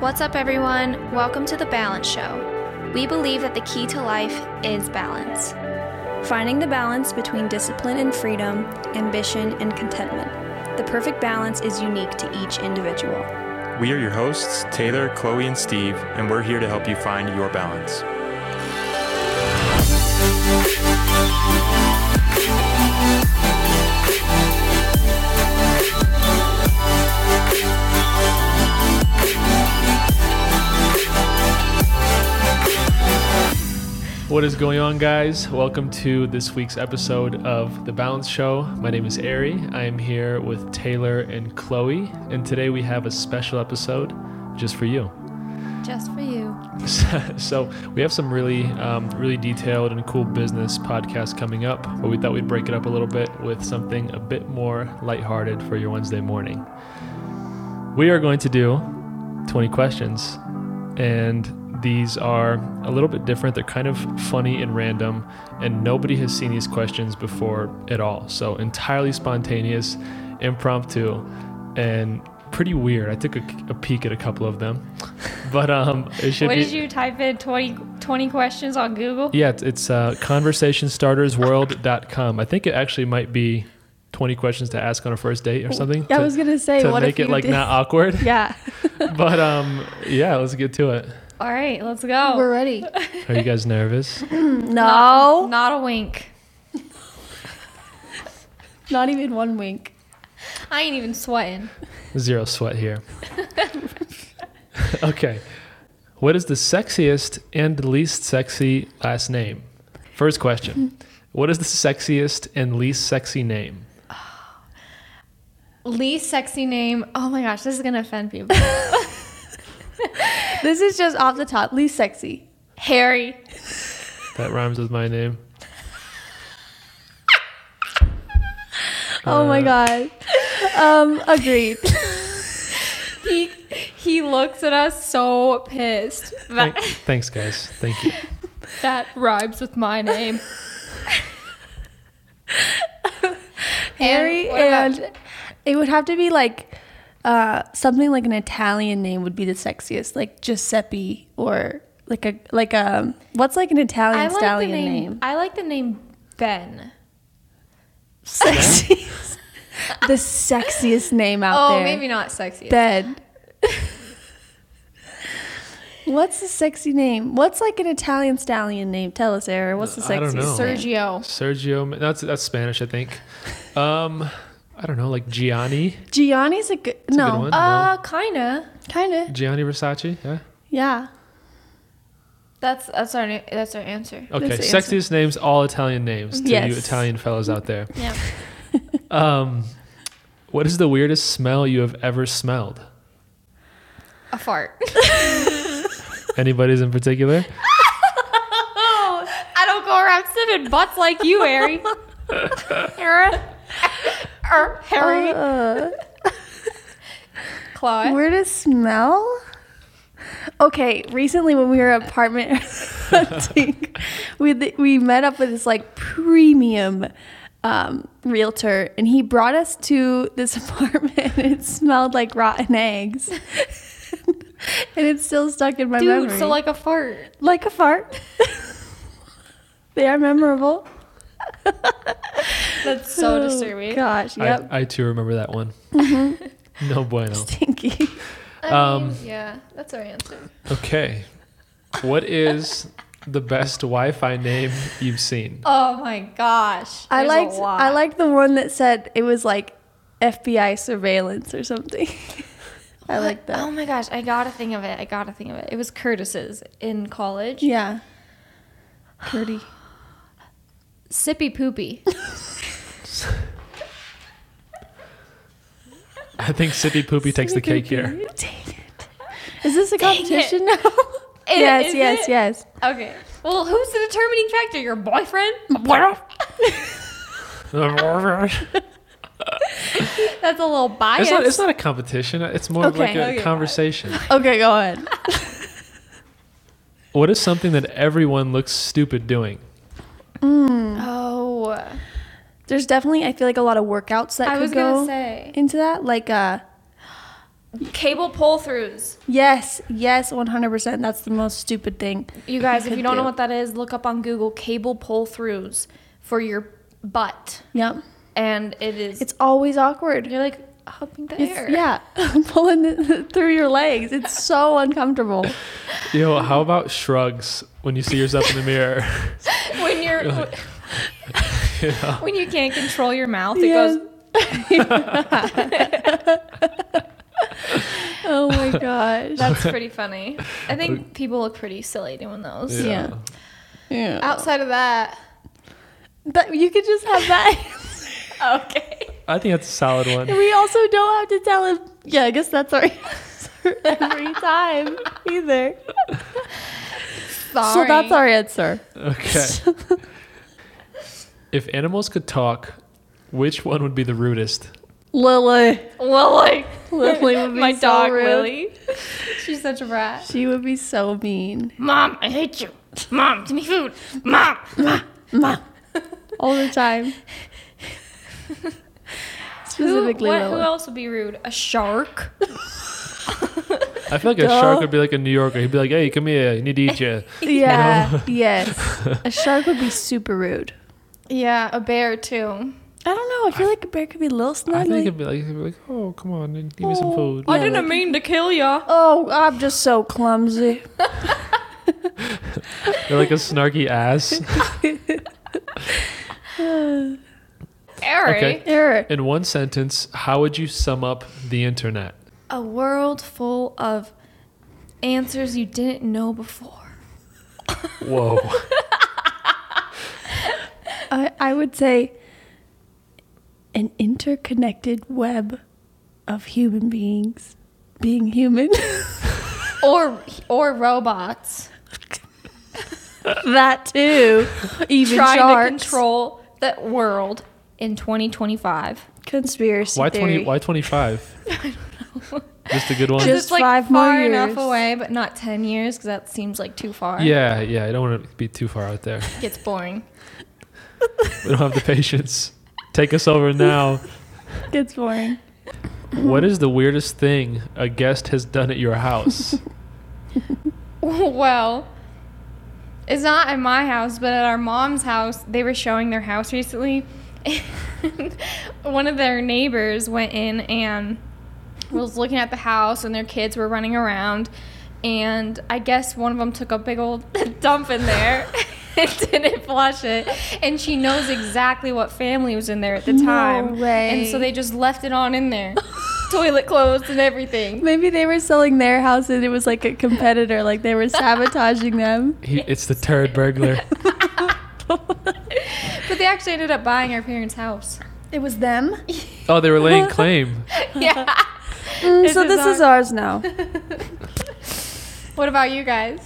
What's up, everyone? Welcome to The Balance Show. We believe that the key to life is balance. Finding the balance between discipline and freedom, ambition and contentment. The perfect balance is unique to each individual. We are your hosts, Taylor, Chloe, and Steve, and we're here to help you find your balance. What is going on, guys? Welcome to this week's episode of The Balance Show. My name is Ari. I am here with Taylor and Chloe, and today we have a special episode just for you. Just for you. so we have some really, um, really detailed and cool business podcast coming up, but we thought we'd break it up a little bit with something a bit more lighthearted for your Wednesday morning. We are going to do 20 questions and these are a little bit different. They're kind of funny and random, and nobody has seen these questions before at all. So entirely spontaneous, impromptu, and pretty weird. I took a, a peek at a couple of them, but um, it should What be. did you type in 20, 20 questions on Google? yeah, it's, it's uh, conversationstartersworld.com. I think it actually might be 20 questions to ask on a first date or something. I to- was gonna say, to what make if it you like did- not awkward. Yeah, But um, yeah, let's get to it. All right, let's go. we're ready. Are you guys nervous? No, not, Not a wink. even one wink. I ain't even sweating. Zero sweat here. okay. What is the sexiest and least sexy last name? First question. What is the sexiest and least sexy name? Least sexy name. Oh my gosh, this is gonna offend people. This is just off the top, least sexy. Harry. That rhymes with my name. oh my Uh. god. Um, agreed. He he looks at us so pissed. Thank- That, thanks, guys. Thank you. that rhymes with my name. Harry what about- and it would have to be like uh, something like an Italian name would be the sexiest, like Giuseppe or like a like a what's like an Italian I like the stallion name, name? I like the name Ben. Sexy. the sexiest name out Oh, there. maybe not sexy. bed. What's the sexy name? What's like an Italian stallion name? Tell us, Sarah. What's the sexiest? I don't know. name? Sergio. Sergio. That's that's Spanish, I think. Um, I don't know, like Gianni. Gianni's a good. a no, good one. Uh, kinda. kind of. Gianni Versace. Yeah. Yeah. That's that's our na- that's our answer. Okay. That's the answer. Sexiest names, all Italian names to you Yes. Italian fellows out there. Yeah. Um, what is the weirdest smell you have ever smelled? A fart. Anybody's in particular? Oh, I don't go around sniffing butts like you, Harry. Harry. Er, Harry. Uh, Chloe. where does smell? Okay, recently when we were apartment hunting, we we met up with this like premium um, realtor, and he brought us to this apartment, and it smelled like rotten eggs, and it's still stuck in my Dude, memory. so like a fart. like a fart. they are memorable. That's so Oh, disturbing. Gosh, yep, I, I too remember that one. no bueno. stinky. I mean, yeah, that's our answer. Okay. What is the best Wi Fi name you've seen? Oh my gosh. I There's a liked lot. I liked the one that said it was like FBI surveillance or something. I like Oh that. my gosh, I gotta think of it. I gotta think of it. It was Curtis's in college. Yeah. Pretty. Sippy poopy. I think Sippy Poopy takes the cake here. Dang it. Is this a competition now? It- yes, is yes, it? yes. Okay. Well, who's the determining factor? Your boyfriend? it's, That's a little biased. not, it's not a competition, it's more of like Okay. a Okay. conversation. Okay, go ahead. What is something that everyone looks stupid doing? oh. There's definitely I feel like a lot of workouts that I could was go gonna say. into that. Like uh Cable pull throughs. Yes, yes, 100%. That's the most stupid thing. You guys, if could you don't know do. what that is, look up on Google cable pull throughs for your butt. Yep. And it is. It's always awkward. you're like humping the It's- air. yeah, pulling it through your legs. It's so uncomfortable. Yo, how about shrugs when you see yourself in the mirror? When you're. when you can't control your mouth, it Yeah. goes. Oh my gosh. That's pretty funny. I think people look pretty silly doing those. Yeah. yeah. Outside of that, But you could just have that. okay. I think that's a solid one. we also don't have to tell him. Yeah, I guess that's our answer every time either. So Sorry. that's our answer. Okay. if animals could talk, which one would be the rudest? Lily. Lily. Lily would be My so dog rude. Lily. She's such a rat. She would be so mean Mom, I hate you. Mom, give me food. Mom. all the time. Specifically, who, what- Lily. who else would be rude? A shark. I feel like a Duh. shark would be like a New Yorker. He'd be like, "Hey, come here. I need to eat you." Yeah. Yes. A shark would be super rude. Yeah, a bear too. I don't know. I feel like a bear could be a little I think snuggly. it'd be like, it'd be like, "Oh, come on, and give me some Oh. food." I I Yeah, didn't didn't like- mean to kill ya. Oh, I'm just so clumsy. They're like a snarky ass. Ari. Okay. Error. In one sentence, how would you sum up the internet? A world full of answers you didn't know before. Whoa. I, I would say an interconnected web of human beings being human. Or or robots that too. Even trying sharks. to control the world in 2025. Conspiracy Why theory. twenty? Why twenty-five? Just a good one. 'Cause Just it's like five more far enough years. away, but not 10 years because that seems like too far. yeah, yeah. I don't want to be too far out there. It gets boring. We don't have the patience. Take us over now. It's boring. What is the weirdest thing a guest has done at your house? Well, it's not at my house, but at our mom's house. They were showing their house recently, and one of their neighbors went in and was looking at the house, and their kids were running around. And I guess one of them took a big old dump in there and didn't flush it. And she knows exactly what family was in there at the time. And way. so they just left it on in there toilet clothes and everything. Maybe they were selling their house and it was like a competitor, like they were sabotaging them. He, it's the turd burglar. But they actually ended up buying our parents' house. It was them. Oh, they were laying claim. yeah. This so is this is ours now. What about you guys?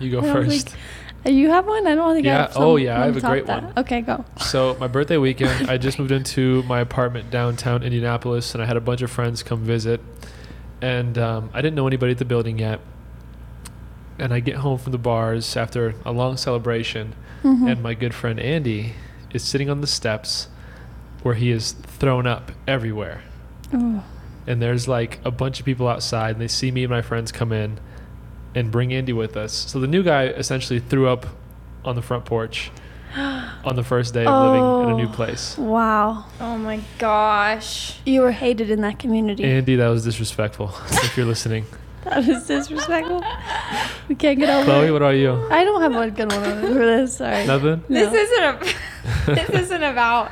You go I don't first. think- you have one? I don't think I Yeah, have some- oh, yeah, I have a top great that. one. Okay, go. So my birthday weekend, I just moved into my apartment downtown Indianapolis, and I had a bunch of friends come visit. And um, I didn't know anybody at the building yet. And I get home from the bars after a long celebration, and my good friend Andy is sitting on the steps, where he is thrown up everywhere. And there's like a bunch of people outside, and they see me and my friends come in, and bring Andy with us. So the new guy essentially threw up on the front porch on the first day of living in a new Oh. place. Wow. Oh my gosh. You were hated in that community. Andy, that was disrespectful. if you're listening, That is disrespectful. we can't get over Chloe, it. what about you? I don't have one good one over this. Sorry. Nothing. No. This isn't a this isn't about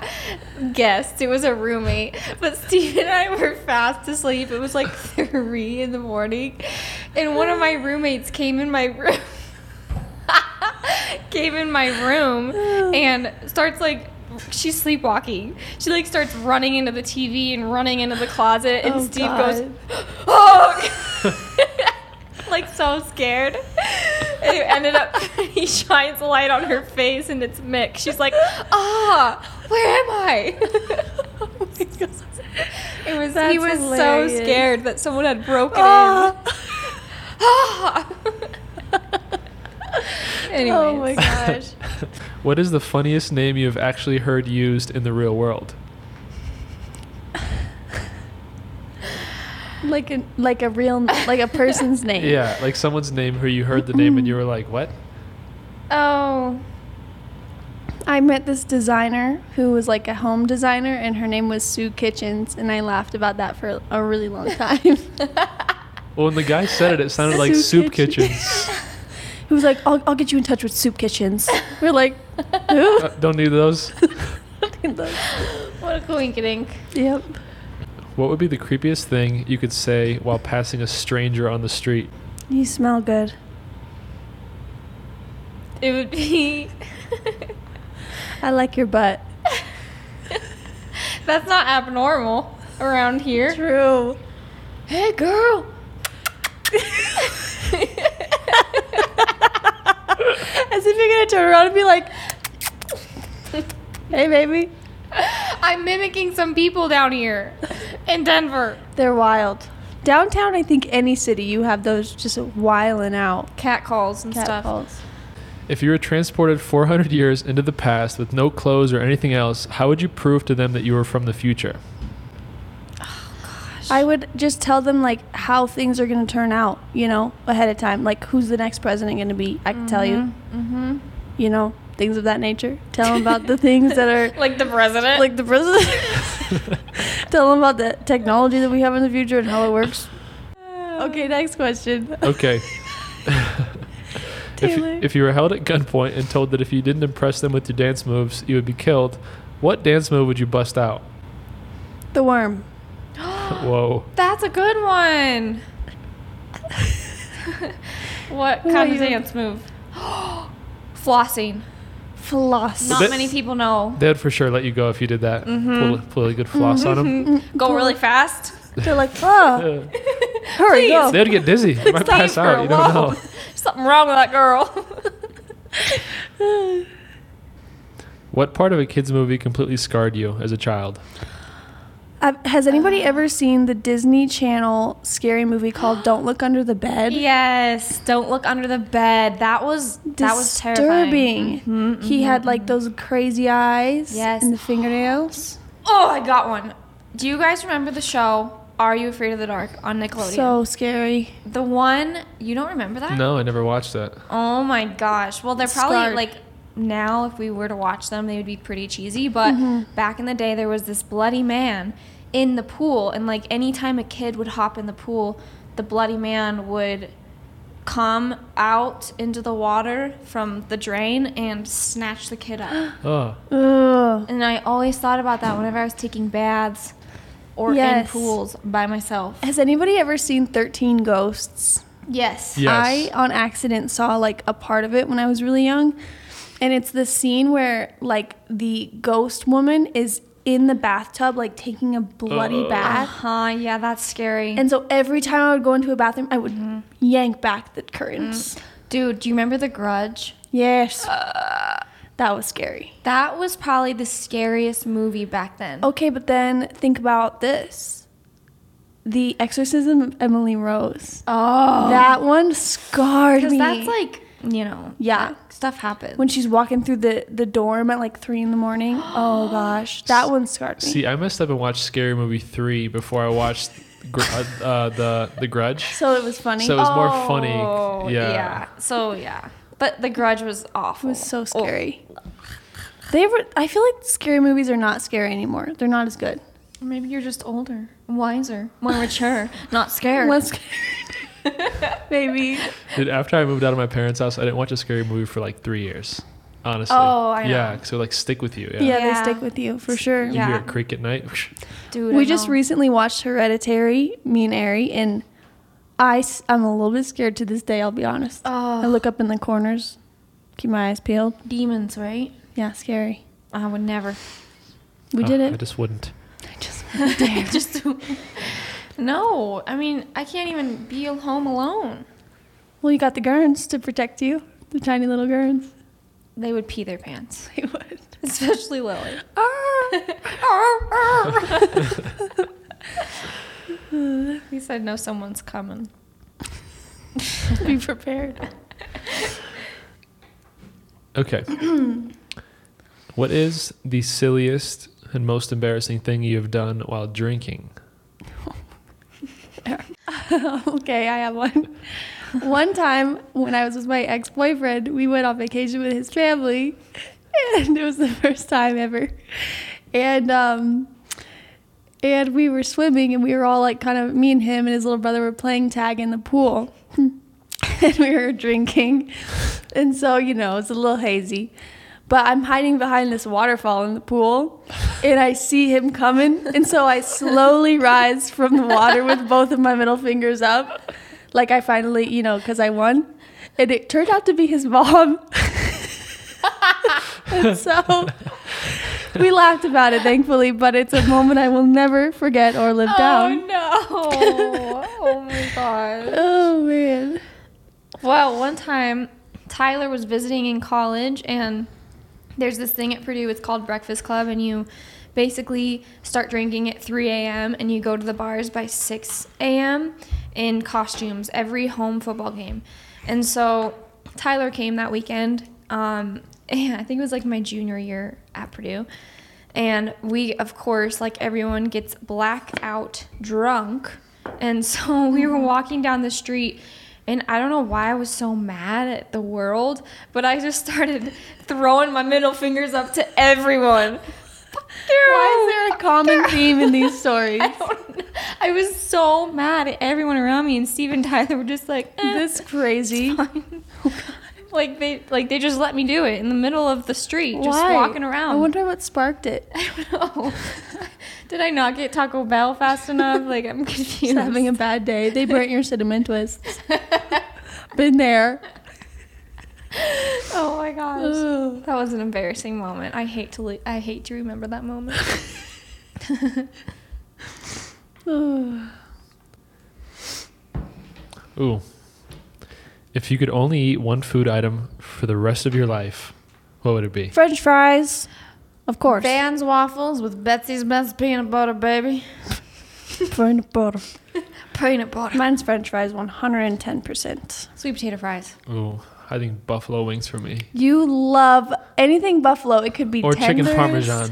guests. It was a roommate. But Steve and I were fast asleep. It was like three in the morning. And one of my roommates came in my room came in my room and starts like she's sleepwalking. She like starts running into the TV and running into the closet and Oh, Steve goes, God. Oh like so scared. And it ended up he shines a light on her face and it's Mick. She's like, ah, where am I? it was he That's was hilarious. so scared that someone had broken in. Ah. Anyways. Oh my gosh. What is the funniest name you have actually heard used in the real world? like a like a real like a person's name. Yeah, like someone's name who you heard the name and you were like, what? Oh, I met this designer who was like a home designer, and her name was Sue Kitchens, and I laughed about that for a really long time. Well, when the guy said it, it sounded like Soup soup kitchen. kitchens. He was like, I'll, I'll get you in touch with Soup Kitchens. We're like, who? Uh, don't need those. what a coinkydink. yep. What would be the creepiest thing you could say while passing a stranger on the street? You smell good. It would be. I like your butt. That's not abnormal around here. True. Hey, girl. As if you're gonna turn around and be like, hey, baby. I'm mimicking some people down here in Denver. They're wild. Downtown, I think any city you have those just whiling out Cat calls and cat stuff. calls. If you were transported 400 years into the past with no clothes or anything else, how would you prove to them that you were from the future? I would just tell them like how things are gonna turn out, you know, ahead of time. Like who's the next president gonna be? I can tell you, Mm-hmm. you know, things of that nature. Tell them about the things that are Like the president. like the president. tell them about the technology that we have in the future and how it works. Okay, next question. Okay. if, Taylor. you, if you were held at gunpoint and told that if you didn't impress them with your dance moves, you would be killed, what dance move would you bust out? the worm. Whoa. That's a good one. what What kind about of you? dance move? Flossing. Floss. Not that- many people know. They'd for sure let you go if you did that. Pull, pull a good floss on 'em. on them. Go really fast. They're like, oh, hurry, go. They'd get dizzy. They might leave pass her out. You don't know. alone. Something wrong with that girl. What part of a kid's movie completely scarred you as a child? Uh, has anybody ever seen the Disney Channel scary movie called Don't Look Under the Bed? yes. Don't look under the bed. That was that was terrifying. Mm-hmm, disturbing. He had like those crazy eyes Yes. and the fingernails. Oh, I got one. Do you guys remember the show Are You Afraid of the Dark on Nickelodeon? So scary. the one you don't remember that? No, I never watched that. Oh my gosh. Well, they're probably Scarred. like now if we were to watch them, they would be pretty cheesy, but Mm-hmm. back in the day there was this bloody man in the pool and like anytime a kid would hop in the pool, the bloody man would come out into the water from the drain and snatch the kid up. Oh, Ugh. and I always thought about that whenever I was taking baths or in Yes. pools by myself. Has anybody ever seen 13 Ghosts? Yes. yes. I, on accident, saw like a part of it when I was really young. And it's the scene where like the ghost woman is in the bathtub, like taking a bloody Ugh. bath. Uh-huh, yeah, that's scary. And so every time I would go into a bathroom, I would Mm-hmm. yank back the curtains. Mm. Dude, do you remember The Grudge? Yes. that was scary. That was probably the scariest movie back then. Okay, but then think about this. The Exorcism of Emily Rose. Oh, That one scarred because me. that's like you know, yeah. stuff happens. When she's walking through the, the dorm at like three in the morning. Oh gosh. That one scarred me. See, I messed up and watched Scary Movie 3 before I watched Gr- uh, uh, the, the Grudge. so it was funny. So it was more funny. Oh, Yeah. So yeah, but The Grudge was awful. Oh, it was so scary. They were I feel like scary movies are not scary anymore. They're not as good. Maybe you're just older, wiser, more mature, not scared. Less scary. Maybe. Dude, after I moved out of my parents' house, I didn't watch a scary movie for like three years. Honestly. Oh, I know. Yeah, because it would like stick with you. Yeah. Yeah, Yeah. they stick with you for sure. You hear Yeah. a creak at night. Dude, We I just know. recently watched Hereditary, me and Ari, and I, am a little bit scared to this day, I'll be honest. I Ugh. look up in the corners, keep my eyes peeled. demons, right? Yeah, scary. I would never. We Oh, did I it. just wouldn't. I just, just no. I mean, I can't even be home alone. well, you got the gurns to protect you, the tiny little gurns. They would pee their pants, They would. especially Lily. He said, "No, someone's coming." Be prepared. Okay. what is the silliest and most embarrassing thing you have done while drinking? okay, I have one. One time when I was with my ex boyfriend, we went on vacation with his family, and it was the first time ever. And um, and we were swimming, and we were all like kind of me and him and his little brother were playing tag in the pool, and we were drinking, and so you know it's a little hazy. But I'm hiding behind this waterfall in the pool, and I see him coming, and so I slowly rise from the water with both of my middle fingers up like I finally, you know, because I won. And it turned out to be his mom. and so we laughed about it, thankfully, but it's a moment I will never forget or live down. Oh no! oh my god! Oh, man. Well, one time Tyler was visiting in college, and there's this thing at Purdue. It's called Breakfast Club, and you basically start drinking at 3 a.m. and you go to the bars by 6 a.m. in costumes every home football game. And so Tyler came that weekend. Um, and I think it was like my junior year at Purdue. And we, of course, like everyone, gets blackout drunk. And so we Mm-hmm. were walking down the street, and I don't know why I was so mad at the world, but I just started throwing my middle fingers up to everyone. Fuck you. Why is there a common theme in these stories? I, don't know. I was so mad at everyone around me, and Steve and Tyler were just like, eh, This crazy. fine. like they like they just let me do it in the middle of the street, just Why? walking around. I wonder what sparked it. I don't know. Did I not get Taco Bell fast enough? Like I'm confused. Just having a bad day. They burnt your cinnamon twists. Been there. oh my gosh, Ugh. that was an embarrassing moment. I hate to le- I hate to remember that moment. Ugh. Ooh. If you could only eat one food item for the rest of your life, what would it be? French fries. Of course. Van's waffles with Betsy's best peanut butter, baby. French butter. Peanut butter. Mine's French fries, one hundred and ten percent. Sweet potato fries. Ooh, I think buffalo wings for me. You love anything buffalo. It could be Or tenders. chicken parmesan.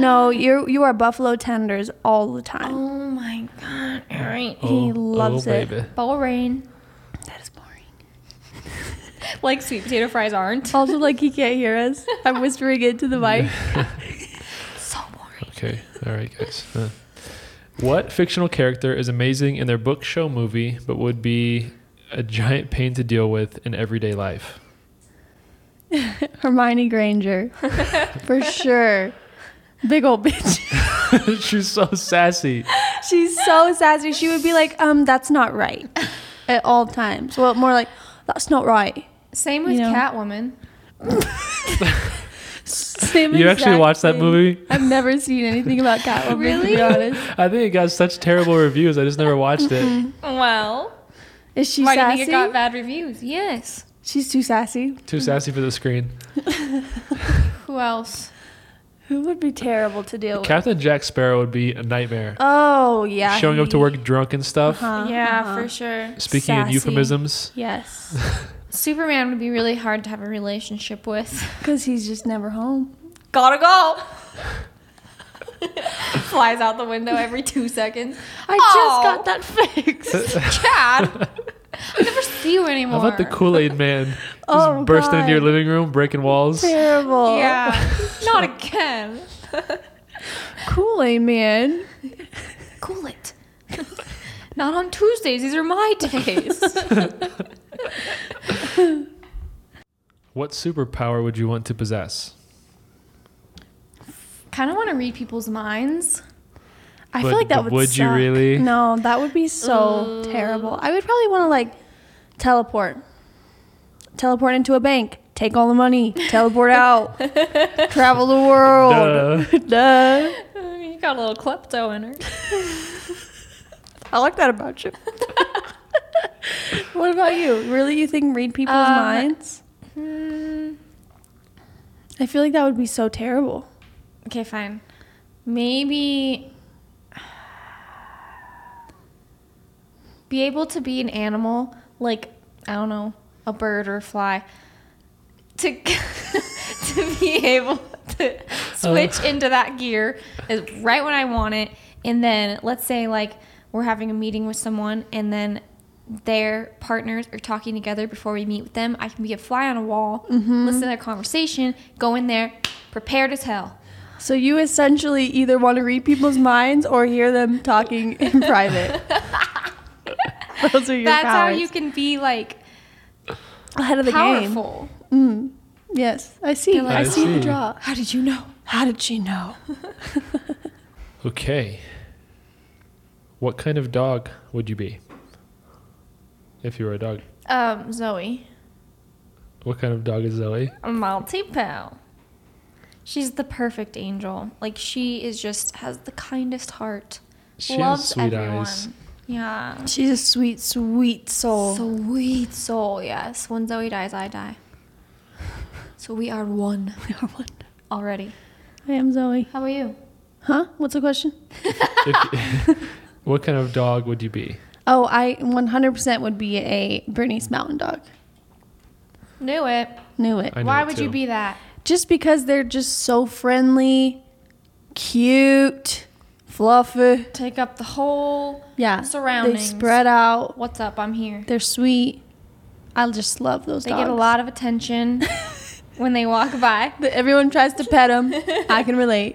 No, you you are buffalo tenders all the time. Oh my god. All right. He loves oh, it. Baby. Boring. That is boring. Like sweet potato fries aren't. Also, like he can't hear us. I'm whispering into the mic. So boring. Okay. All right, guys. Huh. What fictional character is amazing in their book, show, movie, but would be a giant pain to deal with in everyday life? Hermione Granger, for sure. Big old bitch. She's so sassy. She's so sassy. She would be like, um, that's not right, at all times. Well, more like, that's not right. Same with You know. Catwoman. Same You actually exact watched that thing. movie? I've never seen anything about Catwoman. To be Really? honest. I think it got such terrible reviews. I just never watched Mm-hmm. it. Well, Is she why do you sassy? think it got bad reviews? Yes. She's too sassy. Too sassy for the screen. Mm-hmm. Who else? Who would be terrible to deal with? Captain Jack Sparrow would be a nightmare. Oh yeah. Showing up to work drunk and stuff. Uh-huh, yeah, uh-huh. for sure. Speaking in Sassy. euphemisms, Yes, Superman would be really hard to have a relationship with. because he's just never home. Gotta go. Flies out the window every two seconds. I Oh. just got that fixed. Chad, I never see you anymore. how about the Kool Aid Man just Oh, bursting into your God. living room, breaking walls? Terrible. Yeah, not again. Kool Aid Man. Cool it. Not on Tuesdays. These are my days. What superpower would you want to possess? kind of want to read people's minds. I But- feel like but that would. would you suck. really? No, that would be so terrible. I would probably want to like teleport, teleport into a bank, take all the money, teleport out, travel the world. Duh. You got a little klepto in her. I like that about you. what about you? Really, you think read people's Um, minds? Mm, I feel like that would be so terrible. Okay, fine. Maybe be able to be an animal, like I don't know, a bird or a fly, to to be able to switch into that gear is right when I want it, and then let's say like. we're having a meeting with someone and then their partners are talking together before we meet with them, I can be a fly on a wall, listen to their conversation, go in there, prepared as hell. So you essentially either want to read people's minds or hear them talking in private. Those are your That's how powers. you can be like ahead of the game. powerful. Yes, I see. like- I I see the see. draw. How did you know? How did she know? Okay. What kind of dog would you be? If you were a dog. Um, Zoe, What kind of dog is Zoe? a Maltese pal. She's the perfect angel. Like she is just has the kindest heart. She loves has sweet everyone. eyes. Yeah. She's a sweet, sweet soul. Sweet soul, yes. When Zoe dies, I die. So we are one already. I am Zoe. How are you? Huh? What's the question? If- what kind of dog would you be? Oh, I 100% would be a Bernese Mountain Dog. Knew it. Knew it. I knew Why it would too. you be that? Just because they're just so friendly, cute, fluffy. Take up the whole. Yeah. They Surroundings. spread out. What's up? I'm here. They're sweet. I just love those They dogs. get a lot of attention when they walk by. that everyone tries to pet them. I can relate.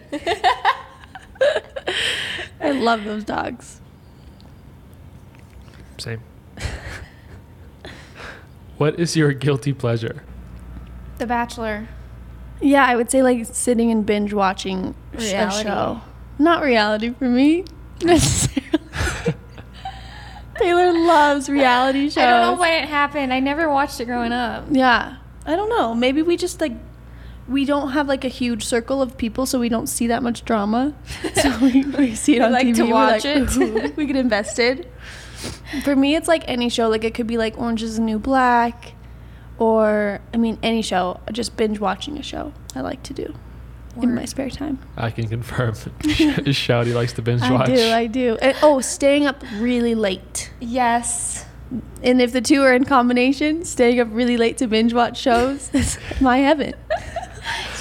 I love those dogs. Same. what is your guilty pleasure? The Bachelor. Yeah, I would say like sitting and binge watching sh- a Reality. show. Not reality for me necessarily. Taylor loves reality shows. I don't know when it happened. I never watched it growing up. Yeah, I don't know. Maybe we just like we don't have like a huge circle of people, so we don't see that much drama. So we, we see it We on like TV. to we're watch like, it. "Ooh, we get invested. For me, it's like any show. Like it could be like Orange Is the New Black, or I mean any show. Just binge watching a show. I like to do in my Word. spare time. I can confirm. Shouty likes to binge watch. I do. I do. And- oh, staying up really late. Yes. And if the two are in combination, staying up really late to binge watch shows is my heaven.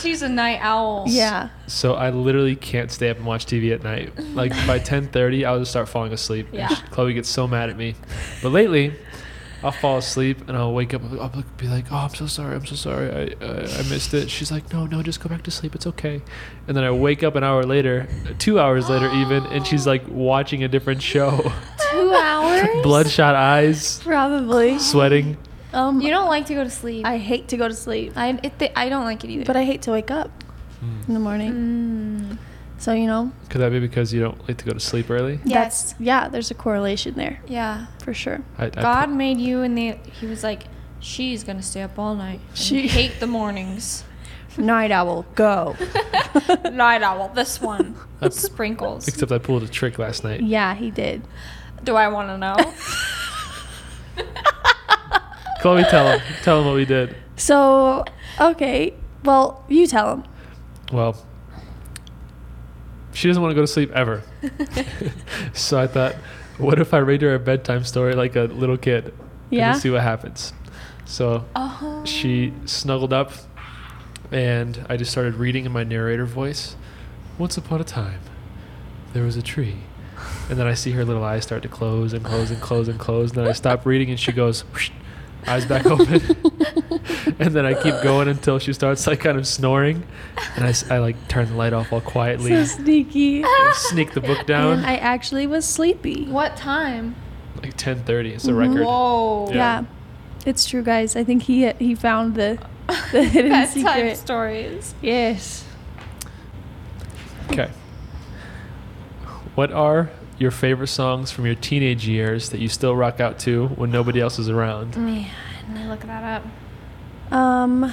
She's a night owl. Yeah. so I literally can't stay up and watch TV at night. Like by 10:30, I'll just start falling asleep. And Yeah. she- Chloe gets so mad at me. But lately, I'll fall asleep and I'll wake up. I'll look- be like, "Oh, I'm so sorry. I'm so sorry. I uh, I missed it." She's like, "No, no, just go back to sleep. It's okay." And then I wake up an hour later, two hours later even, and she's like watching a different show. Two hours? Bloodshot eyes, Probably. sweating. Um, You don't like to go to sleep. I hate to go to sleep, I, it, th- I don't like it either. but I hate to wake up Hmm. in the morning. Mm. So you know, Could that be because you don't like to go to sleep early? Yes. that's yeah. There's a correlation there yeah. for sure. I, I God made you, and they, he was like, she's gonna stay up all night. and She- hate the mornings. Night owl, go. night owl. This one. Sprinkles. Except I pulled a trick last night. yeah, he did. Do I want to know? Chloe, tell him. Tell him what we did. So okay, well you tell him. Well, she doesn't want to go to sleep ever. so I thought, what if I read her a bedtime story like a little kid? and Yeah. just see what happens. So Oh. she snuggled up, and I just started reading in my narrator voice. Once upon a time, there was a tree. And then I see her little eyes start to close and close and close and close. And then I stop reading, and she goes, eyes back open. and then I keep going until she starts like kind of snoring. And I, s- I, like turn the light off all quietly, So sneaky. and sneak the book down. And I actually was sleepy. What time? like 10:30. It's a record. Whoa. Yeah. Yeah. it's true, guys. I think he he found the the hidden Bedtime secret. stories. Yes. Okay. What are your favorite songs from your teenage years that you still rock out to when nobody else is around? Man, I look that up. Um,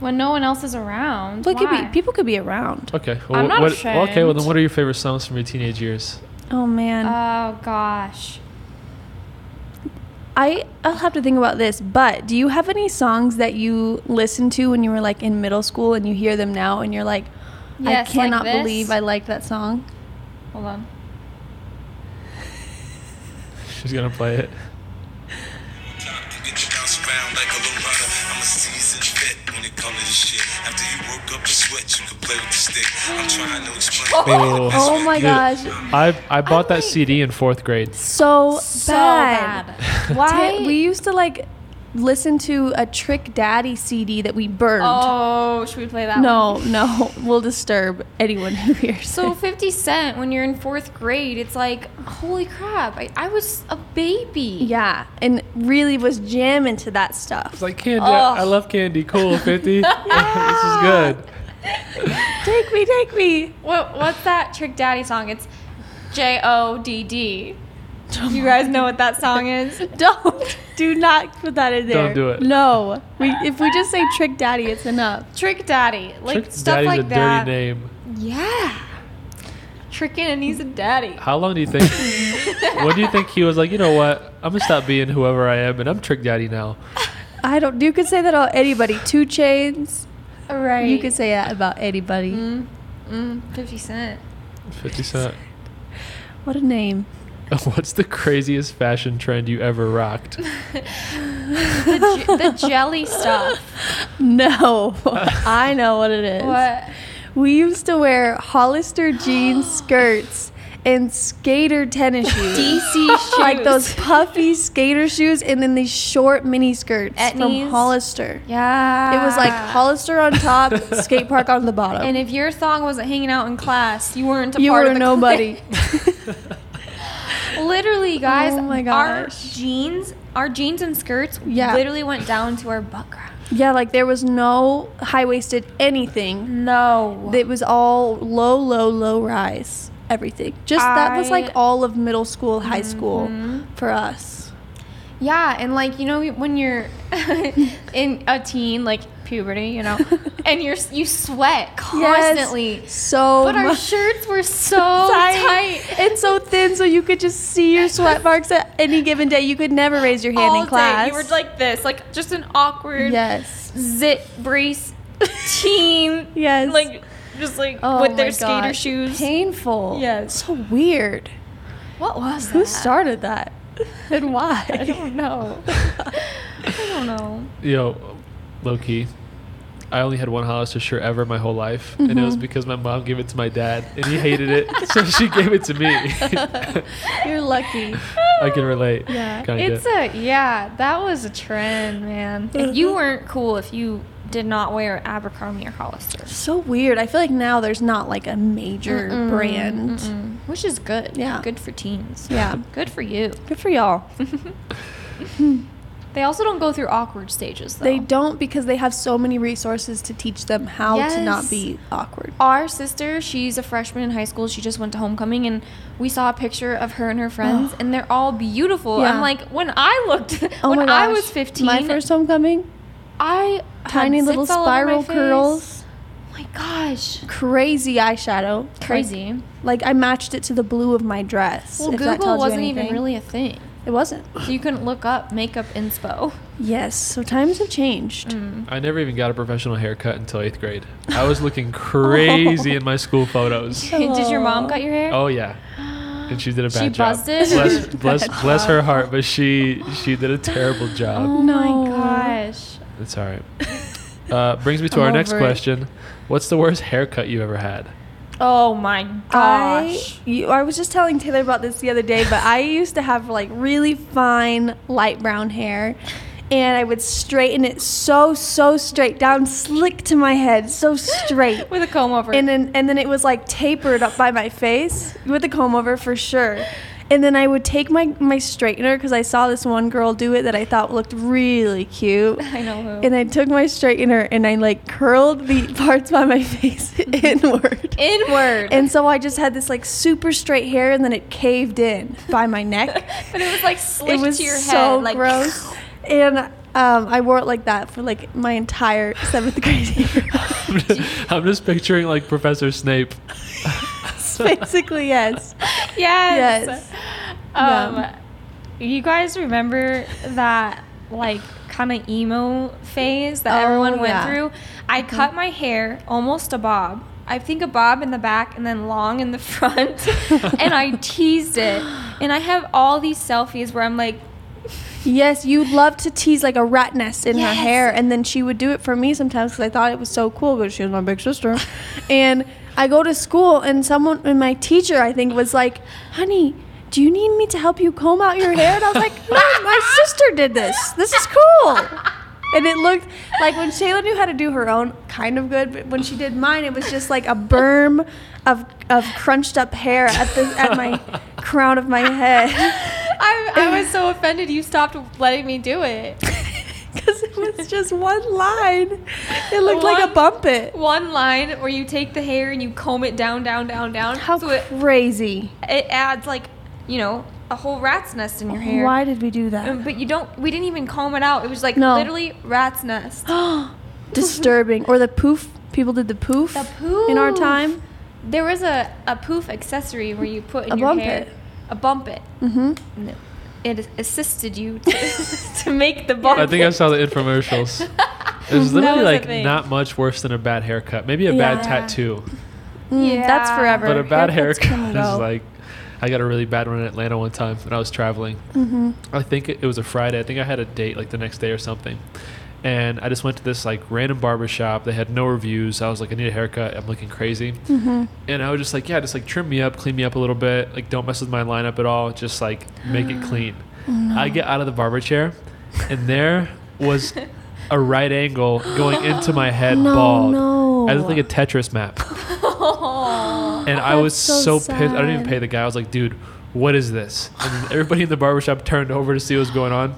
When no one else is around. people could why? be people could be around. Okay. I'm wh- what, not well, okay. Well, ashamed. then, what are your favorite songs from your teenage years? Oh man. Oh gosh. I I'll have to think about this, but do you have any songs that you listened to when you were like in middle school and you hear them now and you're like, Yes, I like cannot this? believe I liked that song? Hold on. She's gonna play it. Get your house around like a low rider. I'm a seasoned vet when it color this shit. After you woke up and sweat, you could play with the stick. I'm trying to explain. Oh, Oh my dude, gosh. I I bought Oh that CD in fourth grade. So, So bad. bad. Ta- we used to like listen to a Trick Daddy CD that we burned. Oh, should we play that? one? No, no, we'll disturb anyone who hears. So it. 50 Cent, when you're in fourth grade, it's like, holy crap, I, I was a baby. yeah, and really was jamming to that stuff. It's like candy. I, I Ugh. love candy. Cool, fifty. this is good. take me, take me. What, what's that Trick Daddy song? It's J O D D. You guys know what that song is? Don't, do not put that in there. Don't do it. No, we, if we just say Trick Daddy, it's enough. Trick Daddy. Like Trick stuff Daddy's like a that. dirty name. Yeah. Tricking and he's a daddy. How long do you think? what do you think he was like? You know what? I'm gonna stop being whoever I am, and I'm Trick Daddy now. I don't. You could say that about anybody. Two Chains. All right. You could say that about anybody. Mm, 50 Cent. Fifty Cent. What a name. What's the craziest fashion trend you ever rocked? The, j- the jelly stuff. No, I know what it is. What? We used to wear Hollister jean skirts and skater tennis shoes. DC shoes. Like those puffy skater shoes and then these short mini skirts from Etnies. Hollister. Yeah. It was like Hollister on top, skate park on the bottom. And if your thong wasn't hanging out in class, you weren't a you part were of the nobody. clique. Literally, guys, Oh my our gosh. jeans, our jeans and skirts Yeah. literally went down to our butt crack. yeah, like there was no high waisted anything. No. It was all low, low, low rise. Everything. Just that was I- Mm-hmm. like all of middle school, high school for us. yeah, and like you know when you're in a teen, like puberty, you know, and you're you sweat constantly. Yes, so But our much. shirts were so tight. tight. and so thin, so you could just see your sweat marks at any given day. You could never raise your hand All in class. day you were like this, like just an awkward yes, zit brace teen, yes, like just like Oh with their my skater God. shoes. painful. Yes. so weird. What was Who that? started that, and I why? don't know. I don't know. Yo, low key. I only had one Hollister shirt ever my whole life, and it was because my mom gave it to my dad, and he hated it, so she gave it to me. You're lucky. I can relate. Yeah. kind It's of. a yeah. That was a trend, man. If you weren't cool if you did not wear Abercrombie or Hollister, So weird. I feel like now there's not like a major brand. which is good. Yeah. good for teens. Yeah. good for you. Good for y'all. They also don't go through awkward stages though. They don't because they have so many resources to teach them how to not Yes. be awkward. Our sister, she's a freshman in high school. She just went to homecoming, and we saw a picture of her and her friends, and they're all beautiful. Yeah. I'm like, when I looked, Oh when my gosh. I was 15, my first homecoming, I had tiny little zits all over spiral my face. Oh curls, my gosh. crazy eyeshadow, like- Crazy. Like I matched it to the blue of my dress. well, if that Google tells you wasn't even anything. really a thing. It wasn't. So you couldn't look up makeup inspo. Yes. So times have changed. Mm. I never even got a professional haircut until eighth grade. I was looking crazy in my school photos. Did your mom Aw. cut your hair? Oh yeah, and she did a bad She job. buzzed it? Bless, bless, bless her heart, but she she did a terrible job. Oh No. my gosh. It's all right. Uh, brings me to I'm our next over it. question: What's the worst haircut you ever had? Oh my gosh. I, you, I was just telling Taylor about this the other day, but I used to have like really fine light brown hair. And I would straighten it so, so straight down, slick to my head, so straight. With a comb over. and then and then it was like tapered up by my face with a comb over for sure. And then I would take my my straightener because I saw this one girl do it that I thought looked really cute. I know who. And I took my straightener and I like curled the parts by my face inward. Inward. And so I just had this like super straight hair, and then it caved in by my neck. but it was like it slick was to your so head. Like, gross. and um, I wore it like that for like my entire seventh grade year. I'm just picturing like Professor Snape. Basically, yes. yes. Yes. Um, Yeah. You guys remember that like kind of emo phase that Oh, everyone went yeah. Mm-hmm. through? I cut my hair almost a bob. I think a bob in the back and then long in the front, and I teased it. And I have all these selfies where I'm like, Yes, you'd love to tease like a rat nest in Yes. her hair, and then she would do it for me sometimes because I thought it was so cool because she was my big sister. and I go to school, and someone, and my teacher, I think, was like, "Honey, do you need me to help you comb out your hair?" And I was like, "No, my sister did this. This is cool." And it looked like when Shayla knew how to do her own, kind of good. But when she did mine, it was just like a berm of of crunched up hair at the at my crown of my head. I, I was so offended you stopped letting me do it. Because it was just one line. It looked like One- a bumpet. One line where you take the hair and you comb it down, down, down, down. How so it, crazy. it adds like, you know, a whole rat's nest in your hair. Why did we do that? Um, But you don't. We didn't even comb it out. It was like No. literally rat's nest. Um, Disturbing. Or the poof. People did the poof, The poof. in our time. There was a, a poof accessory where you put in A your bump hair it. a bump it. Mm-hmm. And It it assisted you to, to make the bump. I think I saw the infomercials. It was That literally was a like thing. not much worse than a bad haircut. Maybe a Yeah. bad tattoo, Yeah. Mm, That's forever. but a bad Haircuts come haircut and is go. like. I got a really bad one in Atlanta one time when I was traveling. Mm-hmm. I think it, it was a Friday. I think I had a date like the next day or something. And I just went to this like random barber shop. They had no reviews. I was like, I need a haircut. I'm looking crazy. Mm-hmm. And I was just like, yeah, just like trim me up, clean me up a little bit. Like, don't mess with my lineup at all. Just like make it clean. I get out of the barber chair, and there was a right angle going into my head No, bald. no. I looked like a Tetris map. and I was That's so, so pissed. I didn't even sad. pay the guy. I was like, dude, what is this? And everybody in the barbershop turned over to see what was going on.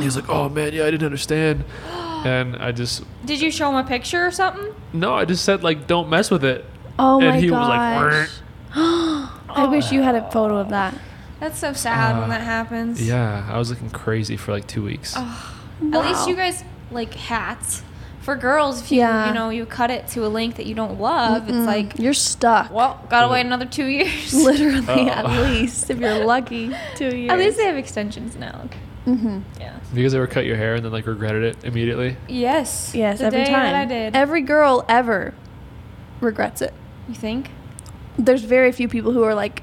He was like, oh man, yeah, I didn't understand. And I just, Did you show him a picture or something? no, I just said, like, don't mess with it. Oh and my he was like, gosh. I wish you had a photo of that. That's so sad Uh, when that happens. Yeah, I was looking crazy for like two weeks. At least you guys like hats. For girls, if you Yeah. you know you cut it to a length that you don't love, Mm. it's like You're stuck. well, gotta wait another two years. Literally, Oh. at least, if you're lucky, two years. At least they have extensions now. Mhm. Yeah. Have you guys ever cut your hair and then like regretted it immediately? Yes. Yes, the every day time. That I did. Every girl ever regrets it. you think? there's very few people who are like,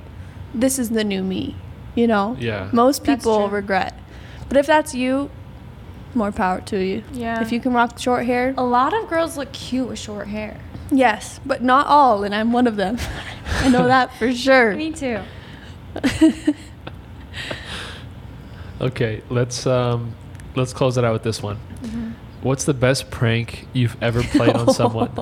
this is the new me, you know? Yeah. Most That's people true. regret. But if that's you, more power to you. Yeah. Oh. If you can rock short hair, A lot of girls look cute with short hair. yes, but not all, and I'm one of them. I know that for sure. Me too. Okay, let's um, let's close it out with this one. Mm-hmm. What's the best prank you've ever played on someone?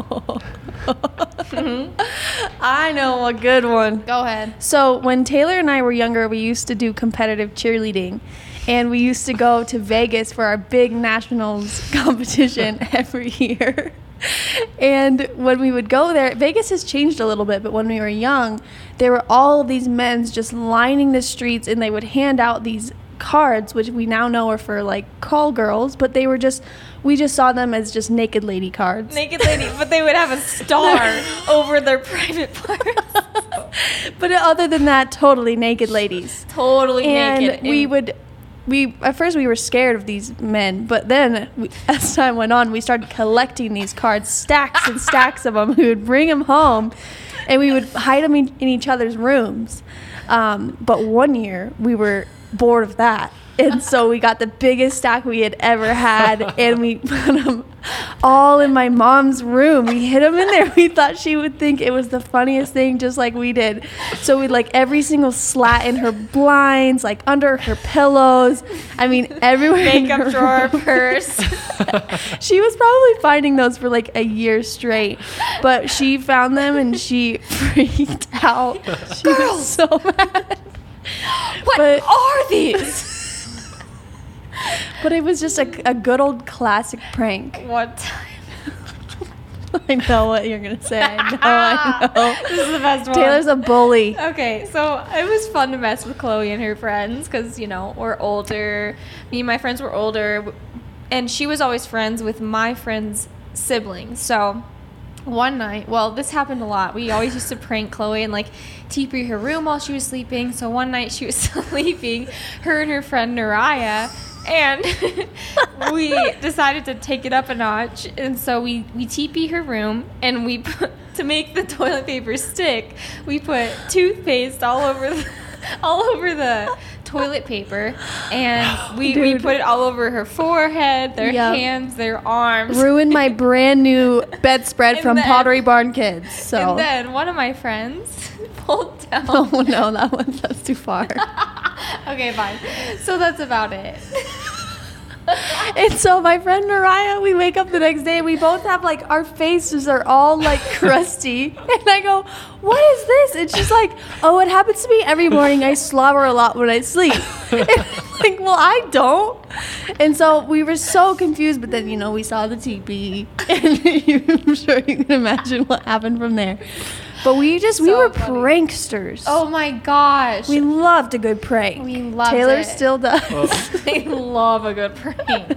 I know a good one. Go ahead. So when Taylor and I were younger, we used to do competitive cheerleading, and we used to go to Vegas for our big nationals competition every year. And when we would go there, Vegas has changed a little bit, but when we were young, there were all of these men's just lining the streets, and they would hand out these cards, which we now know are for like call girls, but they were just, we just saw them as just naked lady cards. Naked lady, but they would have a star over their private parts. but other than that, totally naked ladies. totally and naked. we And- would we at first we were scared of these men but then we, as time went on we started collecting these cards stacks and stacks of them we would bring them home and we would hide them in, in each other's rooms um, but one year we were bored of that and so we got the biggest stack we had ever had and we put them all in my mom's room we hid them in there we thought she would think it was the funniest thing just like we did so we like every single slat in her blinds like under her pillows i mean everywhere in her makeup drawer, purse. she was probably finding those for like a year straight, but she found them and she freaked out. She was so mad. What But- are these? But it was just a, a good old classic prank. What time? I know what you're gonna say. I know. I know. Oh. This is the best one. Taylor's a bully. Okay, so it was fun to mess with Chloe and her friends because, you know, we're older. Me and my friends were older, and she was always friends with my friend's siblings. So one night, well, this happened a lot. We always used to prank Chloe and like TP her room while she was sleeping. So one night she was sleeping, her and her friend Naraya, and we decided to take it up a notch. And so we we TP her room and we put, to make the toilet paper stick, we put toothpaste all over the all over the toilet paper, and we, we put it all over her forehead, their Yep. hands, their arms. Ruined my brand new bedspread And from then- Pottery Barn Kids. So, And then one of my friends pulled down. oh no, that one that's too far. okay, fine. So that's about it. and so my friend Mariah, we wake up the next day and we both have like our faces are all like crusty. And I go, What is this? And she's like, Oh, it happens to me every morning. I slobber a lot when I sleep. And I'm like, well, I don't. And so we were so confused, but then you know, we saw the teepee. And you- I'm sure you can imagine what happened from there. But we just we So were funny. pranksters. Oh my gosh. we loved a good prank. We loved Taylor it. still does. I love a good prank.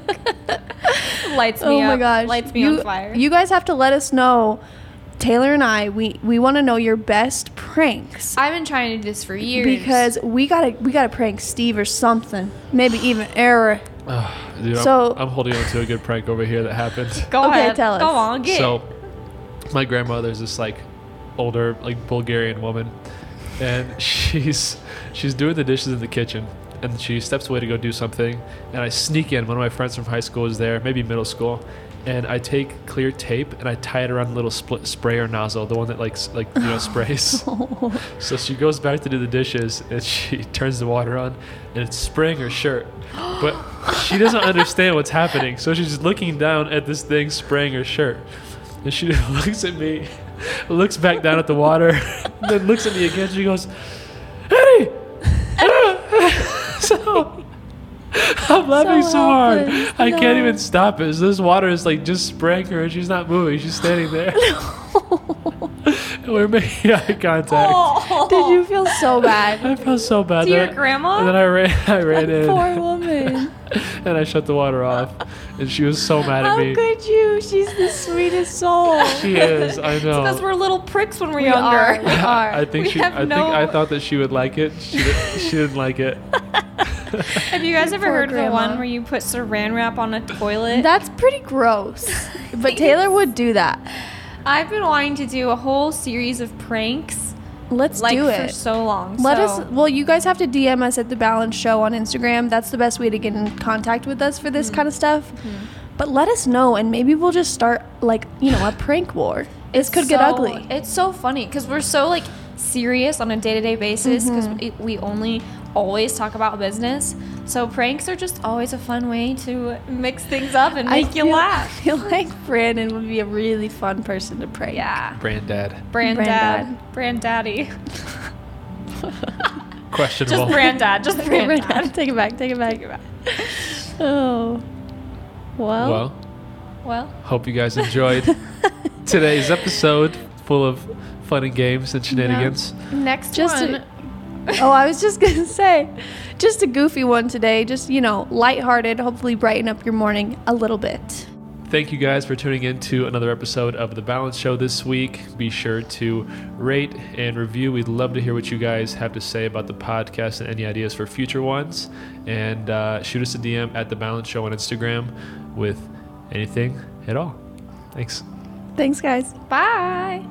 Lights me oh up. my gosh Lights me you, on fire. you guys have to let us know taylor and i we we want to know your best pranks I've been trying to do this for years. because we gotta we gotta prank steve or something maybe even error Ugh, dude, I'm- So- I'm, holding on to a good prank over here that happened. go Okay, ahead. tell us. Go on, get it. So, my grandmother's this like older like Bulgarian woman, and she's she's doing the dishes in the kitchen, and she steps away to go do something, and I sneak in. One of my friends from high school is there, maybe middle school, and I take clear tape and I tie it around a little split sprayer nozzle, the one that like s- like you know sprays. So she goes back to do the dishes and she turns the water on and it's spraying her shirt. But she doesn't understand what's happening. So she's looking down at this thing spraying her shirt. And she looks at me, looks back down at the water, then looks at me again. She goes, Eddie! so I'm laughing so, hard. helpless. I can't No. even stop it. So this water is like just spraying her and she's not moving. She's standing there. and we're making eye contact. Oh. did you feel so bad I felt so bad. To your Then I- grandma? And then I ran, I ran in, poor um, woman and I shut the water off, and she was so mad at how me. could you she's the sweetest soul She is. I know. Because we're little pricks when we're We are, younger. we are. I think we she. have I think no- I thought that she would like it. She, did, she didn't like it. Have you guys ever Poor heard of the grandma. one where you put saran wrap on a toilet? that's pretty gross but taylor would do that I've been wanting to do a whole series of pranks let's like do for it so long. Let so us. Well, you guys have to DM us at the Balance Show on Instagram. That's the best way to get in contact with us for this Mm-hmm. kind of stuff. But let us know, and maybe we'll just start like you know a prank war. This could get so- ugly. It's so funny because we're so like serious on a day to day basis because Mm-hmm. we only always talk about business. So pranks are just always a fun way to mix things up and make you feel- laugh. I feel like Brandon would be a really fun person to prank. Yeah, Granddad. Brandad, Brandaddy, Questionable. just Brandad, just Okay, Brandad. Brandon, take it back. Take it back. Oh. Well. well, Well, hope you guys enjoyed today's episode, full of fun and games and shenanigans. next Just one. a- oh, I was just gonna say, just a goofy one today. Just you know, lighthearted. Hopefully, brighten up your morning a little bit. Thank you guys for tuning in to another episode of The Balance Show this week. Be sure to rate and review. We'd love to hear what you guys have to say about the podcast and any ideas for future ones. And uh, shoot us a DM at The Balance Show on Instagram with anything at all. Thanks. Thanks, guys. Bye.